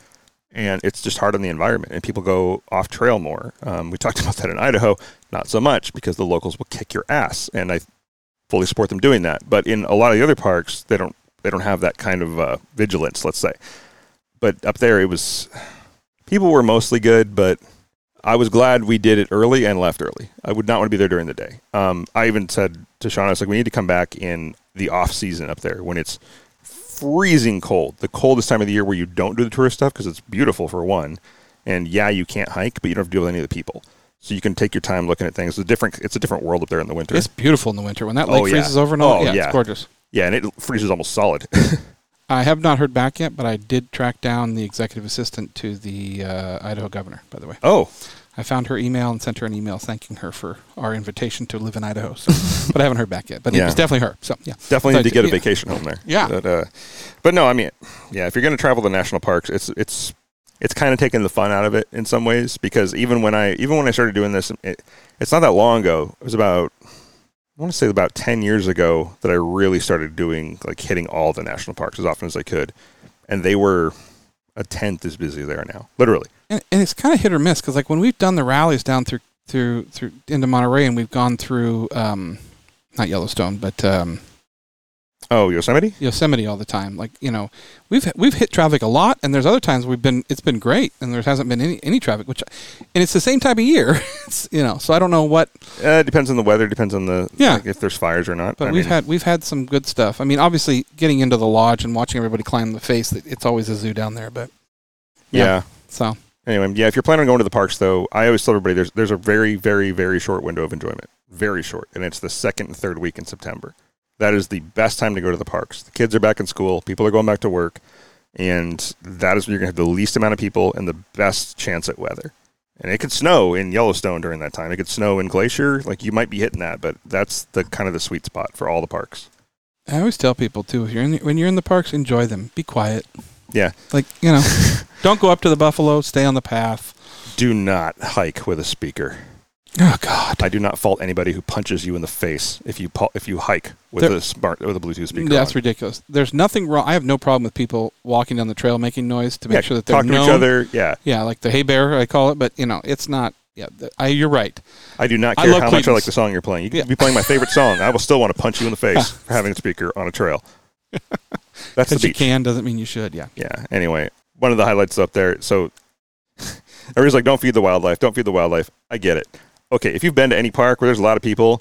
and it's just hard on the environment. And people go off trail more. Um, we talked <laughs> about that in Idaho, not so much because the locals will kick your ass, and I fully support them doing that. But in a lot of the other parks, they don't they don't have that kind of uh, vigilance, let's say. But up there, it was people were mostly good, but I was glad we did it early and left early. I would not want to be there during the day. Um, I even said to Sean, I was like, we need to come back in the off season up there when it's freezing cold, the coldest time of the year where you don't do the tourist stuff because it's beautiful for one. And yeah, you can't hike, but you don't have to deal with any of the people. So you can take your time looking at things. It's a different, it's a different world up there in the winter. it's beautiful in the winter when that lake Oh, yeah. freezes over and all. Oh, yeah, yeah. it's gorgeous. yeah, and it freezes almost solid. <laughs> I have not heard back yet, but I did track down the executive assistant to the uh, Idaho governor. By the way, oh, I found her email and sent her an email thanking her for our invitation to live in Idaho. So, <laughs> but I haven't heard back yet. But it Yeah. was definitely her. So yeah, definitely So need to I- get a yeah. vacation home there. Yeah. but, uh, but no, I mean, yeah, if you're going to travel the national parks, it's it's it's kind of taking the fun out of it in some ways because even when I even when I started doing this, it, it's not that long ago. It was about I want to say about ten years ago that I really started doing like hitting all the national parks as often as I could, and they were a tenth as busy there now, literally. and, and it's kind of hit or miss because like when we've done the rallies down through through through into Monterey and we've gone through um, not Yellowstone but um, Oh, Yosemite. Yosemite all the time. Like you know, we've we've hit traffic a lot, and there's other times we've been it's been great, and there hasn't been any any traffic. Which, and it's the same time of year, <laughs> it's, you know. So I don't know what, Uh, it depends on the weather. Depends on the Yeah. like, if there's fires or not. but I we've mean, had we've had some good stuff. I mean, obviously getting into the lodge and watching everybody climb the face, it- it's always a zoo down there. But yeah. yeah. so Anyway, yeah, if you're planning on going to the parks, though, I always tell everybody there's there's a very, very, very short window of enjoyment, very short, and it's the second and third week in September. That is the best time to go to the parks. The kids are back in school, people are going back to work, and that is when you're going to have the least amount of people and the best chance at weather. And it could snow in Yellowstone during that time. It could snow in Glacier. Like you might be hitting that, but that's the kind of the sweet spot for all the parks. I always tell people too, if you're in the, when you're in the parks, enjoy them. Be quiet. Yeah. Like you know, <laughs> don't go up to the buffalo. Stay on the path. Do not hike with a speaker. Oh God. I do not fault anybody who punches you in the face if you pu- if you hike with There- a smart with a Bluetooth speaker. That's on. ridiculous. There's nothing wrong. I have no problem with people walking down the trail making noise to make yeah, sure that they're talk to known. each other. Yeah, Yeah, like the hay bear, I call it, but you know, it's not. Yeah, th- I, you're right. I do not I care how love much I Cleveland's. like the song you're playing. You could Yeah. be <laughs> playing my favorite song. I will still want to punch you in the face for having a speaker on a trail. <laughs> That's the Because you beach. can doesn't mean you should. Yeah. Yeah. Anyway, one of the highlights up there. So <laughs> everybody's like, "Don't feed the wildlife. Don't feed the wildlife." I get it. Okay, if you've been to any park where there's a lot of people,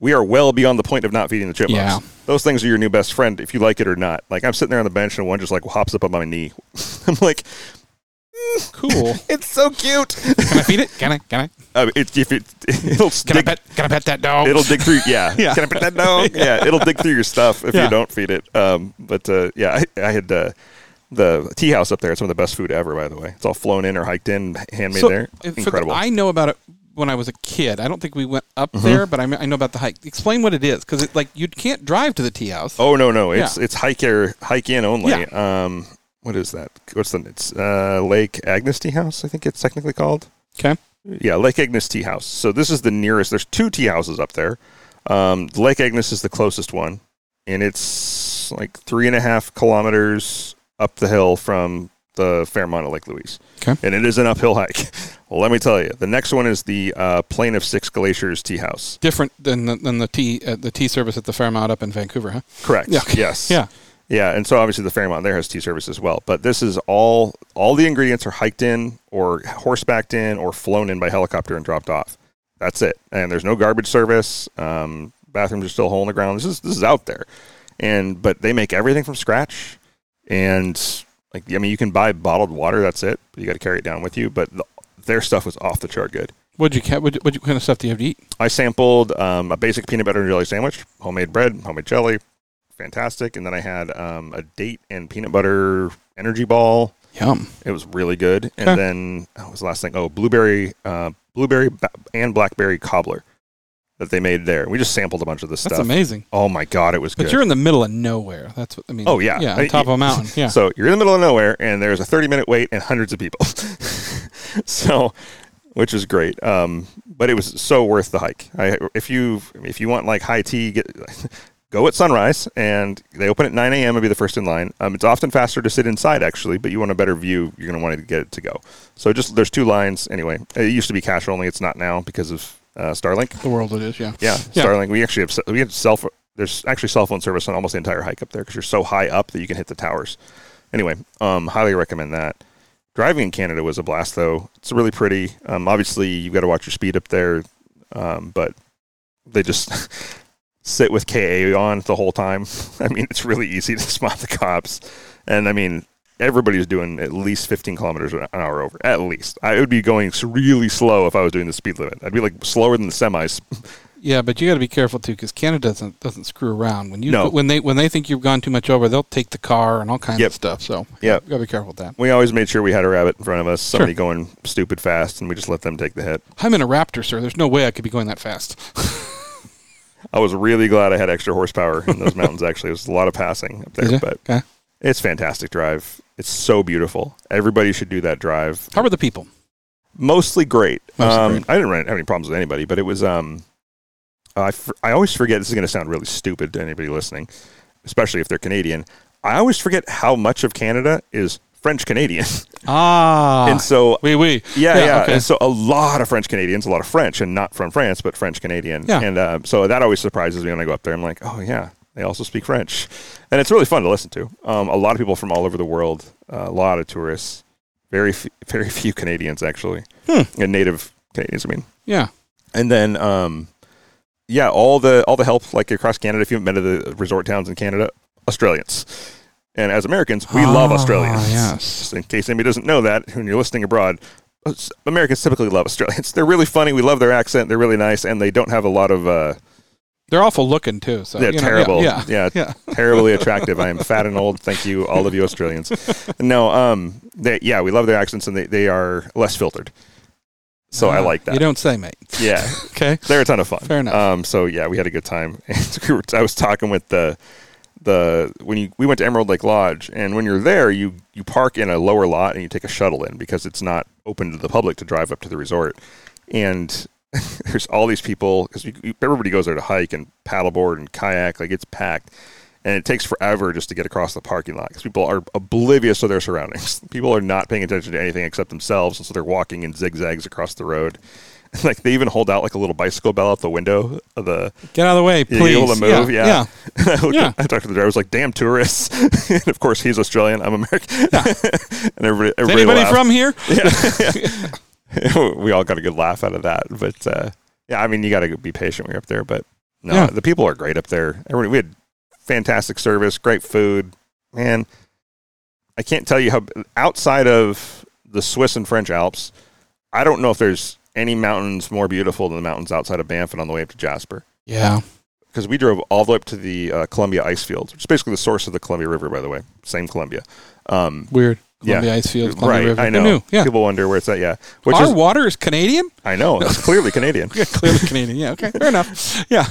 we are well beyond the point of not feeding the chipmunks. Yeah. Those things are your new best friend, if you like it or not. Like I'm sitting there on the bench and one just like hops up on my knee. <laughs> I'm like, Cool. it's so cute. <laughs> can I feed it? Can I? Can I? Uh, it, if it, <laughs> it'll Can I dig pet? Can I pet that dog? It'll dig through. Yeah. <laughs> Yeah. Can I put that down? yeah. It'll dig through your stuff if Yeah. you don't feed it. Um, but uh, yeah, I, I had uh, the tea house up there. It's one of the best food ever, by the way. It's all flown in or hiked in, handmade there. if- for- Incredible. Mm-hmm. I know about it when I was a kid. I don't think we went up there, but I, mean, I know about the hike. Explain what it is, because it like you can't drive to the tea house. oh no, no, it's Yeah. it's hike air, hike in only. Um, what is that? What's the? It's uh, Lake Agnes Tea House. I think it's technically called. Okay. Yeah, Lake Agnes Tea House. So this is the nearest. There's two tea houses up there. Um, Lake Agnes is the closest one, and it's like three and a half kilometers up the hill from the Fairmont of Lake Louise. Okay. And it is an uphill hike. <laughs> well, let me tell you, the next one is the uh, Plain of Six Glaciers Tea House. Different than the, than the tea uh, the tea service at the Fairmount up in Vancouver, huh? Correct. Yeah. <laughs> Yes. <laughs> Yeah. Yeah, and so obviously the Fairmont there has tea service as well. But this is all all the ingredients are hiked in or horsebacked in or flown in by helicopter and dropped off. That's it. And there's no garbage service. Um, bathrooms are still hole in the ground. This is this is out there. And but they make everything from scratch. And like I mean, you can buy bottled water. That's it. You got to carry it down with you. But the, their stuff was off the chart good. What'd you ca- what, what kind of stuff do you have to eat? I sampled um, a basic peanut butter and jelly sandwich, homemade bread, homemade jelly, fantastic. And then I had um, a date and peanut butter energy ball. Yum. It was really good. And Okay. then oh, what was the last thing? Oh, blueberry, uh, blueberry ba- and blackberry cobbler that they made there. We just sampled a bunch of this That's stuff. amazing. Oh my god, it was But good. you're in the middle of nowhere. That's what I mean. Oh, yeah. Yeah, I- on top of a mountain. Yeah. <laughs> So you're in the middle of nowhere, and there's a 30 minute wait and hundreds of people. <laughs> so, which is great. Um, but it was so worth the hike. I, if you if you want like high tea, get, <laughs> go at sunrise, and they open at 9 a.m. and be the first in line. Um, it's often faster to sit inside actually, but you want a better view. You're going to want to get it to go. So just there's two lines anyway. It used to be cash only. It's not now because of uh, Starlink. the world it is. Yeah. Yeah, Yeah. Starlink. We actually have se- we have cell pho- there's actually cell phone service on almost the entire hike up there because you're so high up that you can hit the towers. Anyway, um, highly recommend that. Driving in Canada was a blast though. It's really pretty. Um, obviously you've got to watch your speed up there, um, but they just <laughs> sit with KA on the whole time. <laughs> I mean, it's really easy to <laughs> spot the cops, and I mean. Everybody's doing at least 15 kilometers an hour over, at least. I would be going s- really slow if I was doing the speed limit. I'd be like slower than the semis Yeah, but you got to be careful too, because Canada doesn't doesn't screw around. When you No. when they when they think you've gone too much over, they'll take the car and all kinds Yep. of stuff. So Yep. you got to be careful with that. We always made sure we had a rabbit in front of us, somebody going stupid fast, and we just let them take the hit. I'm in a Raptor, sir. There's no way I could be going that fast. <laughs> I was really glad I had extra horsepower in <laughs> those mountains, actually. It was a lot of passing up Is there, it? but Okay. it's fantastic drive. It's so beautiful. Everybody should do that drive. How are the people? Mostly great. Mostly um, great. I didn't run- have any problems with anybody, but it was. Um, I, f- I always forget, this is going to sound really stupid to anybody listening, especially if they're Canadian. I always forget how much of Canada is French Canadian. <laughs> Ah, and so we we Yeah, yeah. Yeah, okay. And so a lot of French Canadians, a lot of French, and not from France, but French Canadian. Yeah. And uh, so that always surprises me when I go up there. I'm like, oh yeah, they also speak French, and it's really fun to listen to. Um, a lot of people from all over the world, uh, a lot of tourists, very f- very <laughs> few Canadians actually, Hmm. and native Canadians. I mean, yeah. and then um, yeah, all the all the help like across Canada. If you haven't been to the resort towns in Canada, Australians. And as Americans, we love Ah, Australians. Yes. Just in case anybody doesn't know that, when you're listening abroad, us- Americans typically love Australians. <laughs> They're really funny. We love their accent. They're really nice, and they don't have a lot of. Uh, They're awful looking too. So they're you know, terrible. Yeah, yeah. yeah, yeah. terribly attractive. I am fat and old. Thank you, all of you Australians. No, um, they, yeah, we love their accents, and they, they are less filtered. So I Ah, like You that. don't say, mate. Yeah, Okay. they're a ton of fun. Fair enough. Um, so yeah, we had a good time. <laughs> And we were, I was talking with the the when you we went to Emerald Lake Lodge, and when you're there, you you park in a lower lot and you take a shuttle in because it's not open to the public to drive up to the resort. And <laughs> there's all these people because everybody goes there to hike and paddleboard and kayak, like it's packed. and it takes forever just to get across the parking lot because people are oblivious to their surroundings. <laughs> People are not paying attention to anything except themselves, and so they're walking in zigzags across the road. <laughs> Like they even hold out like a little bicycle bell out the window of the <laughs> Get out of the way, yeah, please. you able to move, yeah. yeah. I, looked Yeah. at- I talked to the driver. I was like, "Damn tourists!" <laughs> and of course, he's Australian. I'm American. <laughs> and everybody, Is everybody anybody laughed. from here? <laughs> we all got a good laugh out of that. But uh, yeah, I mean, you got to be patient when you're up there. But no, Yeah. the people are great up there. Everybody, we had fantastic service, great food. Man, I can't tell you how outside of the Swiss and French Alps, I don't know if there's any mountains more beautiful than the mountains outside of Banff and on the way up to Jasper. <laughs> Yeah. Because we drove all the way up to the uh, Columbia Ice Fields, which is basically the source of the Columbia River, by the way. Same Columbia. Um, Weird. Yeah. Columbia Ice Fields, Columbia right, River. I Who know. knew? Yeah. People wonder where it's at. Yeah, which Our is water is Canadian? <laughs> I know it's clearly Canadian. Yeah, clearly Canadian. Yeah, okay. Fair enough. Yeah.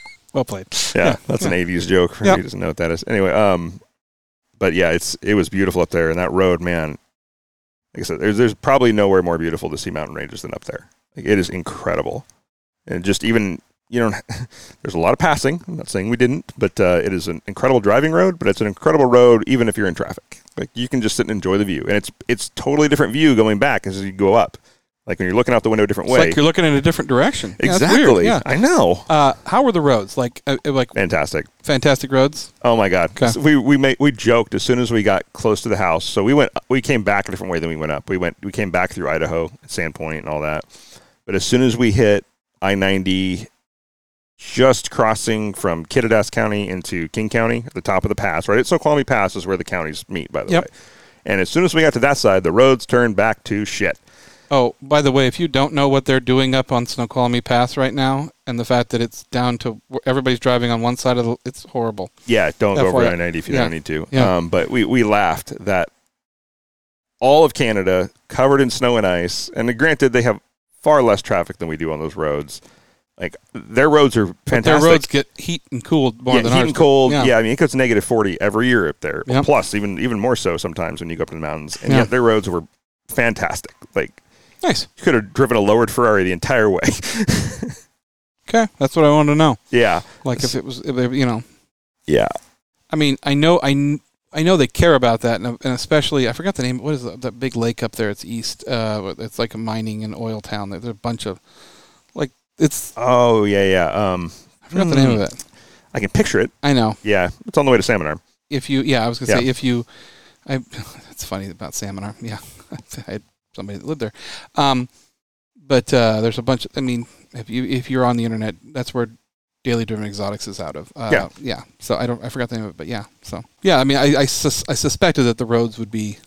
<laughs> well played. yeah, that's an 80s joke for Yep. me doesn't know what that is anyway um but yeah it's it was beautiful up there and that road man like i said there's, there's probably nowhere more beautiful to see mountain ranges than up there like, it is incredible and just even you know <laughs> there's a lot of passing i'm not saying we didn't but uh, it is an incredible driving road but it's an incredible road even if you're in traffic like you can just sit and enjoy the view and it's it's totally different view going back as you go up like when you're looking out the window a different It's way like you're looking in a different direction. Yeah, that's weird. exactly Yeah. i know Uh, how were the roads? Like, uh, like fantastic fantastic roads? Oh my god! Okay. So we we made, we joked as soon as we got close to the house. So we went we came back a different way than we went up. We went we came back through Idaho, Sandpoint, and all that. But as soon as we hit I ninety, just crossing from Kittitas County into King County, at the top of the pass, right at Snoqualmie Pass is where the counties meet, by the Yep. way. And as soon as we got to that side, the roads turned back to shit. Oh, by the way, if you don't know what they're doing up on Snoqualmie Pass right now, and the fact that it's down to everybody's driving on one side of the, it's horrible. Yeah, don't go over FYI. I ninety if you Yeah. don't need to. Yeah. Um, but we we laughed that all of Canada covered in snow and ice, and granted they have far less traffic than we do on those roads. Like their roads are But fantastic. Their roads get heat and cooled more yeah, than heat ours. and cold. Yeah. Yeah. I mean it goes negative forty every year up there. Yep. Plus, even even more so sometimes when you go up to the mountains. And Yeah. yet their roads were fantastic. Like Nice. you could have driven a lowered Ferrari the entire way. <laughs> Okay, that's what I wanted to know. yeah, Like if it was, if it, you know, yeah. I mean, I know, I, kn- I know they care about that, and, and especially I forgot the name. What is the, that big lake up there? It's east. Uh, it's like a mining and oil town. There- There's a bunch of, like, it's Oh yeah, yeah. Um, I forgot the name of it. I can picture it. I know. Yeah, it's on the way to Salmon Arm. if you yeah i was gonna say Yeah. if you i <laughs> that's funny about salmon arm <laughs> yeah i had somebody that lived there um but uh there's a bunch i mean if you if you're on the internet that's where daily driven exotics is out of uh, Yeah. so i don't i forgot the name of it but yeah so yeah i mean i i, sus- I suspected that the roads would be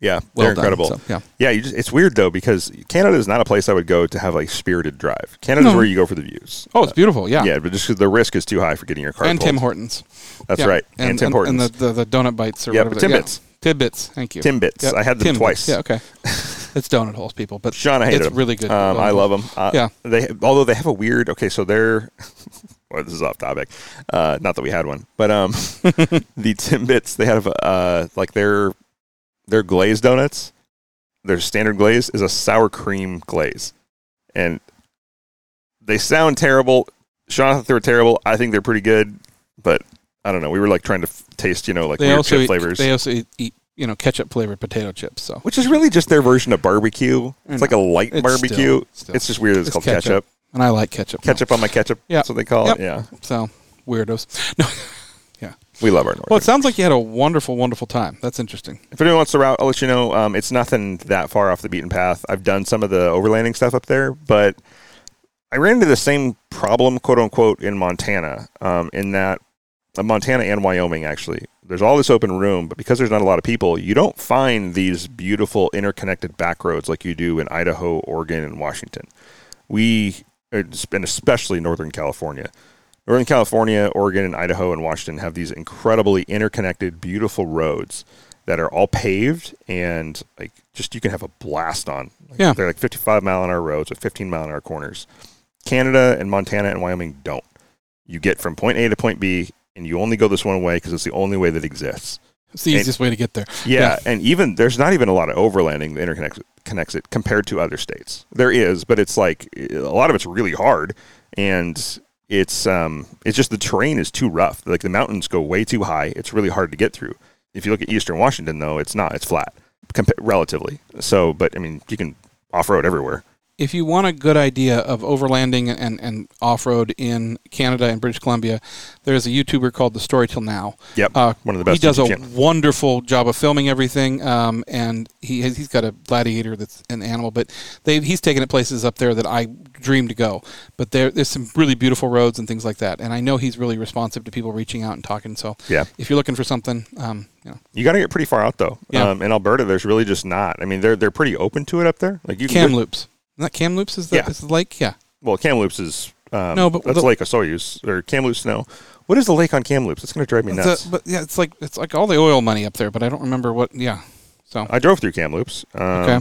Yeah, well they're done, incredible. so, yeah Yeah, you just, it's weird though because Canada is not a place I would go to have a spirited drive. Canada's No. where you go for the views. oh it's beautiful yeah, yeah. but just 'cause the risk is too high for getting your car. and pulled. tim hortons That's Yeah. right. And, Tim Hortons. and, the, the the donut bites or yeah, whatever but they- Timbits. tidbits thank you Timbits. Yep. I had them Timbits. twice. <laughs> yeah okay it's donut holes people but Sean, I hated it's them. really good Um, I love them. Uh, Yeah. They although they have a weird. Okay, so they're. <laughs> well, this is off topic. Uh, not that we had one, but um, <laughs> the Timbits they have uh like their their glazed donuts. Their standard glaze is a sour cream glaze, and they sound terrible. Sean thought they were terrible. I think they're pretty good, but I don't know. We were like trying to f- taste, you know, like they weird also chip eat, flavors, They also eat, eat you know ketchup flavored potato chips. So which is really just their version of barbecue. I It's like a light It's barbecue. still- still- It's just weird. It's, it's called ketchup. ketchup. and I like ketchup. though. Ketchup on my ketchup. Yeah. That's what they call Yep. it. Yeah. So weirdos. <laughs> No. We love our Northern. Well, it sounds like you had a wonderful, wonderful time. That's interesting. if anyone wants to route, I'll let you know. Um, it's nothing that far off the beaten path. I've done some of the overlanding stuff up there, but I ran into the same problem, quote unquote, in Montana. Um, in that uh, Montana and Wyoming, actually, there's all this open room, but because there's not a lot of people, you don't find these beautiful interconnected back roads like you do in Idaho, Oregon, and Washington. We, er, and especially Northern California. Northern California, Oregon, and Idaho and Washington have these incredibly interconnected, beautiful roads that are all paved and like just you can have a blast on. Like, Yeah. They're like 55 mile an hour roads with 15 mile an hour corners. Canada and Montana and Wyoming don't. You get from point A to point B and you only go this one way because it's the only way that exists. It's the And- easiest way to get there. Yeah, and even there's not even a lot of overlanding that interconnects connects it eh, compared to other states. There is, but it's like a lot of it's really hard, and It's um, it's just the terrain is too rough. Like the mountains go way too high. It's really hard to get through. If you look at Eastern Washington, though, it's not. It's flat, compa- relatively. So, but I mean, you can off road everywhere. if you want a good idea of overlanding and, and off road in Canada and British Columbia, there's a YouTuber called The Story Till Now. Uh, Yep, one of the best He does a YouTube channel. wonderful job of filming everything, um, and he has, he's got a gladiator that's an animal, but they he's taken it places up there that I dream to go. But there there's some really beautiful roads and things like that, and I know he's really responsive to people reaching out and talking. So Yeah. if you're looking for something, um, you know, You got to get pretty far out though. Yeah. Um, in Alberta, there's really just not. I mean, they're they're pretty open to it up there. Like you can go- Kamloops. Isn't that Kamloops is the, Yeah. is the lake? Yeah. Well, Kamloops is um, No, no, but but that's the- Lake of Soyuz or Kamloops. No, what is the lake on Kamloops? It's going to drive me It's nuts. a- but yeah, it's like it's like all the oil money up there, but I don't remember what. Yeah, so I drove through Kamloops. Um, okay.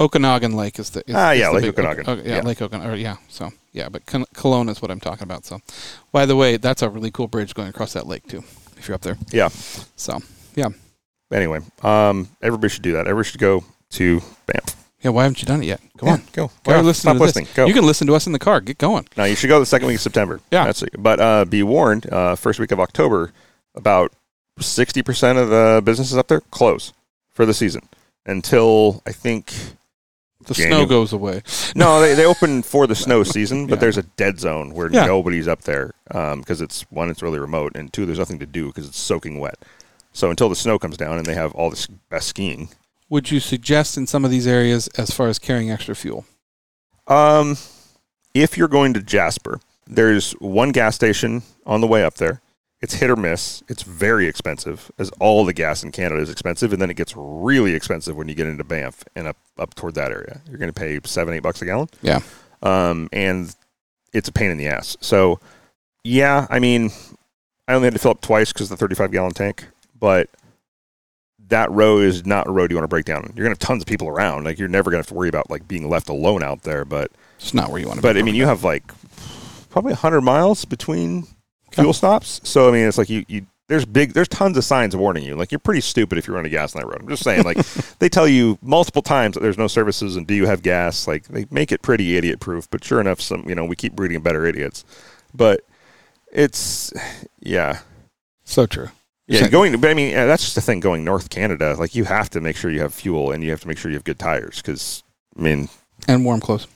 Okanagan Lake is the is, Ah, is yeah, the Lake Okanagan. okay, yeah, Yeah. Lake Okanagan. Yeah, so yeah, but Con- Cologne is what I'm talking about. So, by the way, that's a really cool bridge going across that lake too. If you're up there, Yeah. so yeah, Anyway, um, everybody should do that. Everybody should go to Banff. yeah. Why haven't you done it yet? Come Yeah, on, go. Why are you Go. listening Stop to this? listening. Go. You can listen to us in the car. Get going. Now you should go the second week of September. Yeah. That's it. But uh, be warned, uh, first week of October, about sixty percent of the businesses up there close for the season until I think The January. snow goes away. <laughs> No, they, they open for the snow season, but Yeah. there's a dead zone where Yeah. nobody's up there because it's one, it's really remote, and two, there's nothing to do because it's soaking wet. So until the snow comes down and they have all this best skiing, <laughs> Would you suggest in some of these areas as far as carrying extra fuel? um, if you're going to Jasper, there's one gas station on the way up there. It's hit or miss. It's very expensive, as all the gas in Canada is expensive, and then it gets really expensive when you get into Banff and up up toward that area. You're going to pay seven, eight bucks a gallon. Yeah. um, and it's a pain in the ass. So, yeah, I mean, I only had to fill up twice because the 35 gallon tank, but that row is not a road you want to break down. You're gonna have tons of people around. Like you're never gonna have to worry about like being left alone out there. But It's not where you want to be. but I mean, you have like probably 100 miles between fuel stops. So I mean, it's like you you. There's big. There's tons of signs warning you. Like you're pretty stupid if you're running gas on that road. I'm just <laughs> saying. Like they tell you multiple times that there's no services and do you have gas. Like they make it pretty idiot proof. But sure enough, some you know we keep breeding better idiots. But it's yeah so true. You're yeah saying- going. But I mean yeah, that's just the thing. Going North Canada, like you have to make sure you have fuel and you have to make sure you have good tires. Because I mean and warm clothes.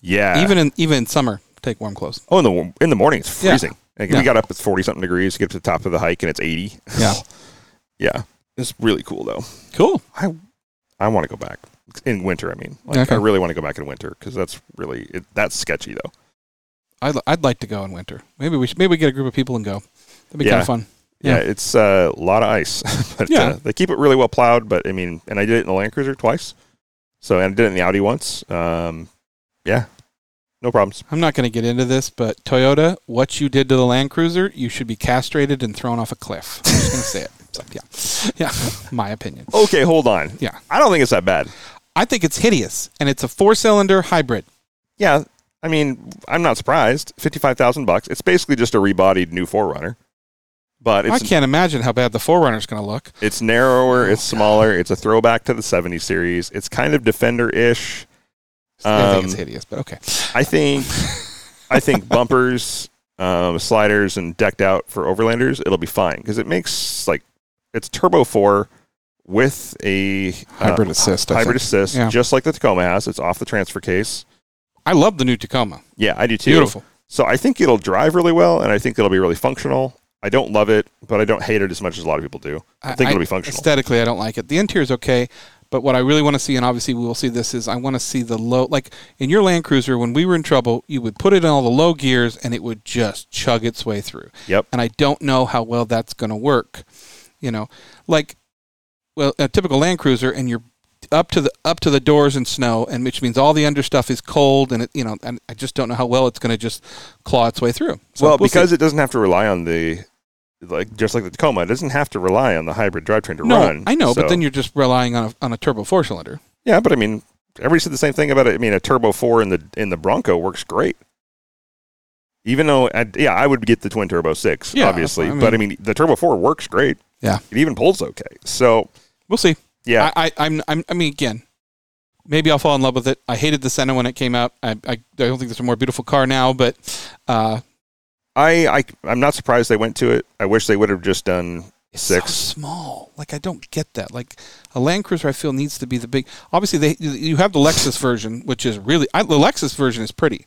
yeah even in even in summer, take warm clothes. Oh, in the in the morning, it's Yeah. freezing. Like, Yeah. We got up at forty something degrees, get to the top of the hike, and it's eighty. Yeah. <laughs> yeah, it's really cool though. Cool. I want to go back in winter. I mean, like Okay. I really want to go back in winter because that's really it, that's sketchy though. I'd, I'd like to go in winter. Maybe we should maybe we get a group of people and go. That'd be kind Yeah. of fun. Yeah, Yeah. it's uh, a lot of ice, <laughs> but Yeah. uh, they keep it really well plowed. But I mean, and I did it in the Land Cruiser twice, so and I did it in the Audi once. Um, yeah, no problems. I'm not going to get into this, but Toyota, what you did to the Land Cruiser, you should be castrated and thrown off a cliff. I'm just going to say <laughs> it. So, yeah, yeah, my opinion. Okay, hold on. Yeah. I don't think it's that bad. I think it's hideous, and it's a four-cylinder hybrid. Yeah, I mean, I'm not surprised. Fifty-five thousand bucks. It's basically just a rebodied new Forerunner, but I it's can't imagine how bad the Forerunner's going to look. it's narrower, Oh, it's smaller, it's a throwback to the '70s series. It's kind of Defender-ish. I think it's Um, hideous, but okay. I think. I <laughs> think bumpers, um, sliders, and decked out for overlanders, it'll be fine because it makes like it's turbo four with a uh, Hybrid assist. I, hybrid think. assist, Yeah. just like the Tacoma has. It's off the transfer case. I love the new Tacoma. Yeah, I do too. Beautiful. So I think it'll drive really well, and I think it'll be really functional. I don't love it, but I don't hate it as much as a lot of people do. I think it'll be functional. Aesthetically, I don't like it. The interior's okay, but what I really want to see, and obviously we will see this, is I want to see the low. Like in your Land Cruiser, when we were in trouble, you would put it in all the low gears, and it would just chug its way through. Yep. And I don't know how well that's going to work. You know, like well, a typical Land Cruiser, and you're up to the up to the doors in snow, and which means all the under stuff is cold, and it, you know, and I just don't know how well it's going to just claw its way through. So well, we'll see. because it doesn't have to rely on the like just like the Tacoma, it doesn't have to rely on the hybrid drivetrain to no, run. I know, so- but then you're just relying on a, on a turbo four cylinder. yeah, but I mean, everybody said the same thing about it. I mean, a turbo four in the in the Bronco works great. Even though, i yeah, I would get the twin turbo six, Yeah, obviously, I mean- but I mean, the turbo four works great. Yeah. it even pulls okay. So We'll see. yeah, I, I, I'm, I'm, I mean, again, maybe I'll fall in love with it. I hated the Senna when it came out. I, I, I don't think there's a more beautiful car now, but uh, I, I I'm not surprised they went to it. I wish they would have just done It's six. so small. Like I don't get that. Like a Land Cruiser, I feel needs to be the big. Obviously, they you have the Lexus version, which is really I, the Lexus version is pretty.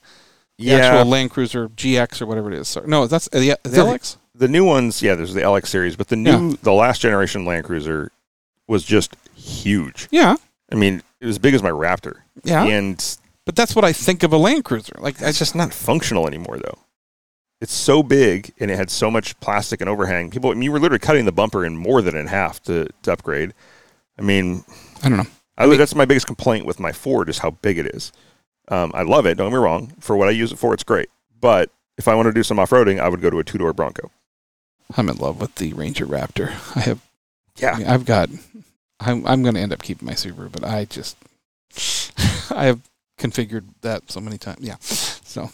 The actual Land Cruiser GX or whatever it is. Sorry. No, that's uh, the, the So- LX. the new ones, yeah, there's the LX series, but the new, the last generation Land Cruiser was just huge. Yeah, I mean, it was as big as my Raptor, yeah. and But that's what I think of a Land Cruiser. Like I it's just just not functional anymore. Though it's so big and it had so much plastic and overhang. People, I mean, you were literally cutting the bumper in more than in half to, to upgrade. I mean, I don't know. I, that's my biggest complaint with my Ford is how big it is. Um, I love it. Don't get me wrong. For what I use it for, it's great. But if I want to do some off roading, I would go to a two door Bronco. I'm in love with the Ranger Raptor. I have Yeah, I mean, I've got. I'm I'm going to end up keeping my Subaru, but I just <laughs> I have configured that so many times. Yeah. So,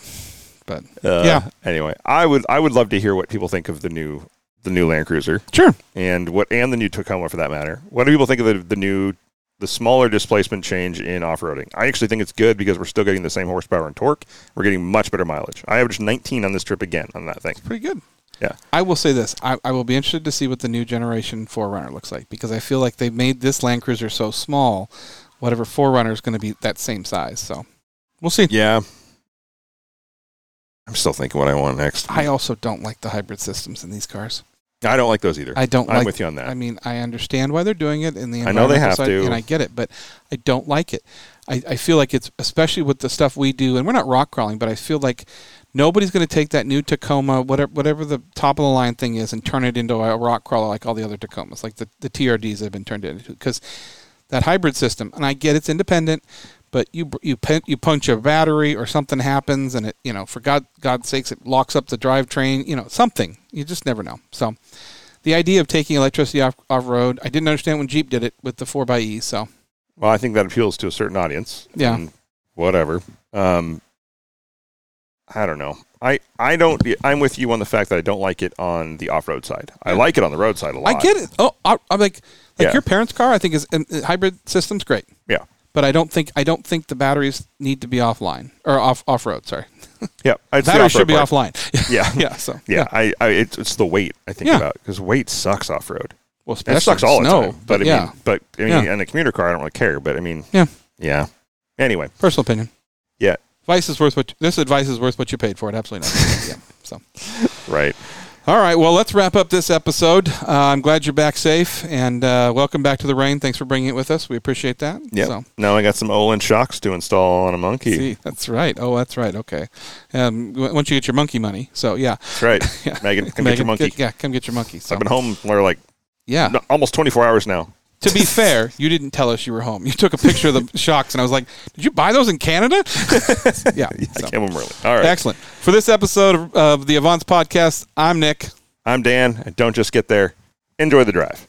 but Uh, Yeah. Anyway, I would I would love to hear what people think of the new the new Land Cruiser sure. and what and the new Tacoma for that matter. What do people think of the, the new the smaller displacement change in off roading? I actually think it's good because we're still getting the same horsepower and torque. We're getting much better mileage. I averaged 19 on this trip again on that thing. pretty good. Yeah. I will say this. I, I will be interested to see what the new generation Forerunner looks like because I feel like they made this Land Cruiser so small, whatever Forerunner is going to be that same size. So we'll see. <laughs> Yeah, I'm still thinking what I want next. I also don't like the hybrid systems in these cars. I don't like those either. I don't I'm like with you on that. I mean, I understand why they're doing it in the I know they environmental have side, to. and I get it, but I don't like it. I, I feel like it's especially with the stuff we do, and we're not rock crawling, but I feel like nobody's going to take that new Tacoma, whatever whatever the top of the line thing is, and turn it into a rock crawler like all the other Tacomas, like the the TRDs have been turned into, because that hybrid system, and I get it's independent. But you you pin- you punch a battery or something happens and it you know for God God's sakes it locks up the drivetrain you know something you just never know so the idea of taking electricity off, off road, I didn't understand when Jeep did it with the 4xE. So, Well, I think that appeals to a certain audience. Yeah. And whatever. Um, I don't know. I, I don't. I'm with you on the fact that I don't like it on the off road side. I like it on the road side a lot. I get it. Oh, I, I'm like, like Yeah. your parents' car, I think is um, uh, hybrid system's great. Yeah. But I don't think I don't think the batteries need to be offline or off off road. Sorry, Yeah, it's the batteries should off-road be part. offline. <laughs> Yeah, yeah, yeah. So yeah. I, I it's, it's the weight I think Yeah. about because weight sucks off road. Well, It especially sucks all snow, the time. But, I yeah, mean, but I mean, Yeah. in a commuter car, I don't really care. But I mean, Yeah. yeah. Anyway, personal opinion. Yeah. Advice is worth what you- this advice is worth what you paid for it. Absolutely <laughs> not. yeah. So. right. All right. Well, let's wrap up this episode. Uh, I'm glad you're back safe and uh, welcome back to the rain. Thanks for bringing it with us. We appreciate that. Yeah. So, Now I got some Olin shocks to install on a monkey. see, that's right. Oh, that's right. Okay. Um, w- once you get your monkey money. So, yeah. That's right. <laughs> Yeah. Megan, come get your Megan, monkey. yeah. Come get your monkey. So, I've been home for like yeah. no, almost 24 hours now. To be fair, you didn't tell us you were home. You took a picture of <laughs> the shocks and I was like, did you buy those in Canada? <laughs> yeah. I so. came home early. All right. Excellent. For this episode of, of the Avance podcast, I'm Nick. I'm Dan. and Don't just get there. Enjoy the drive.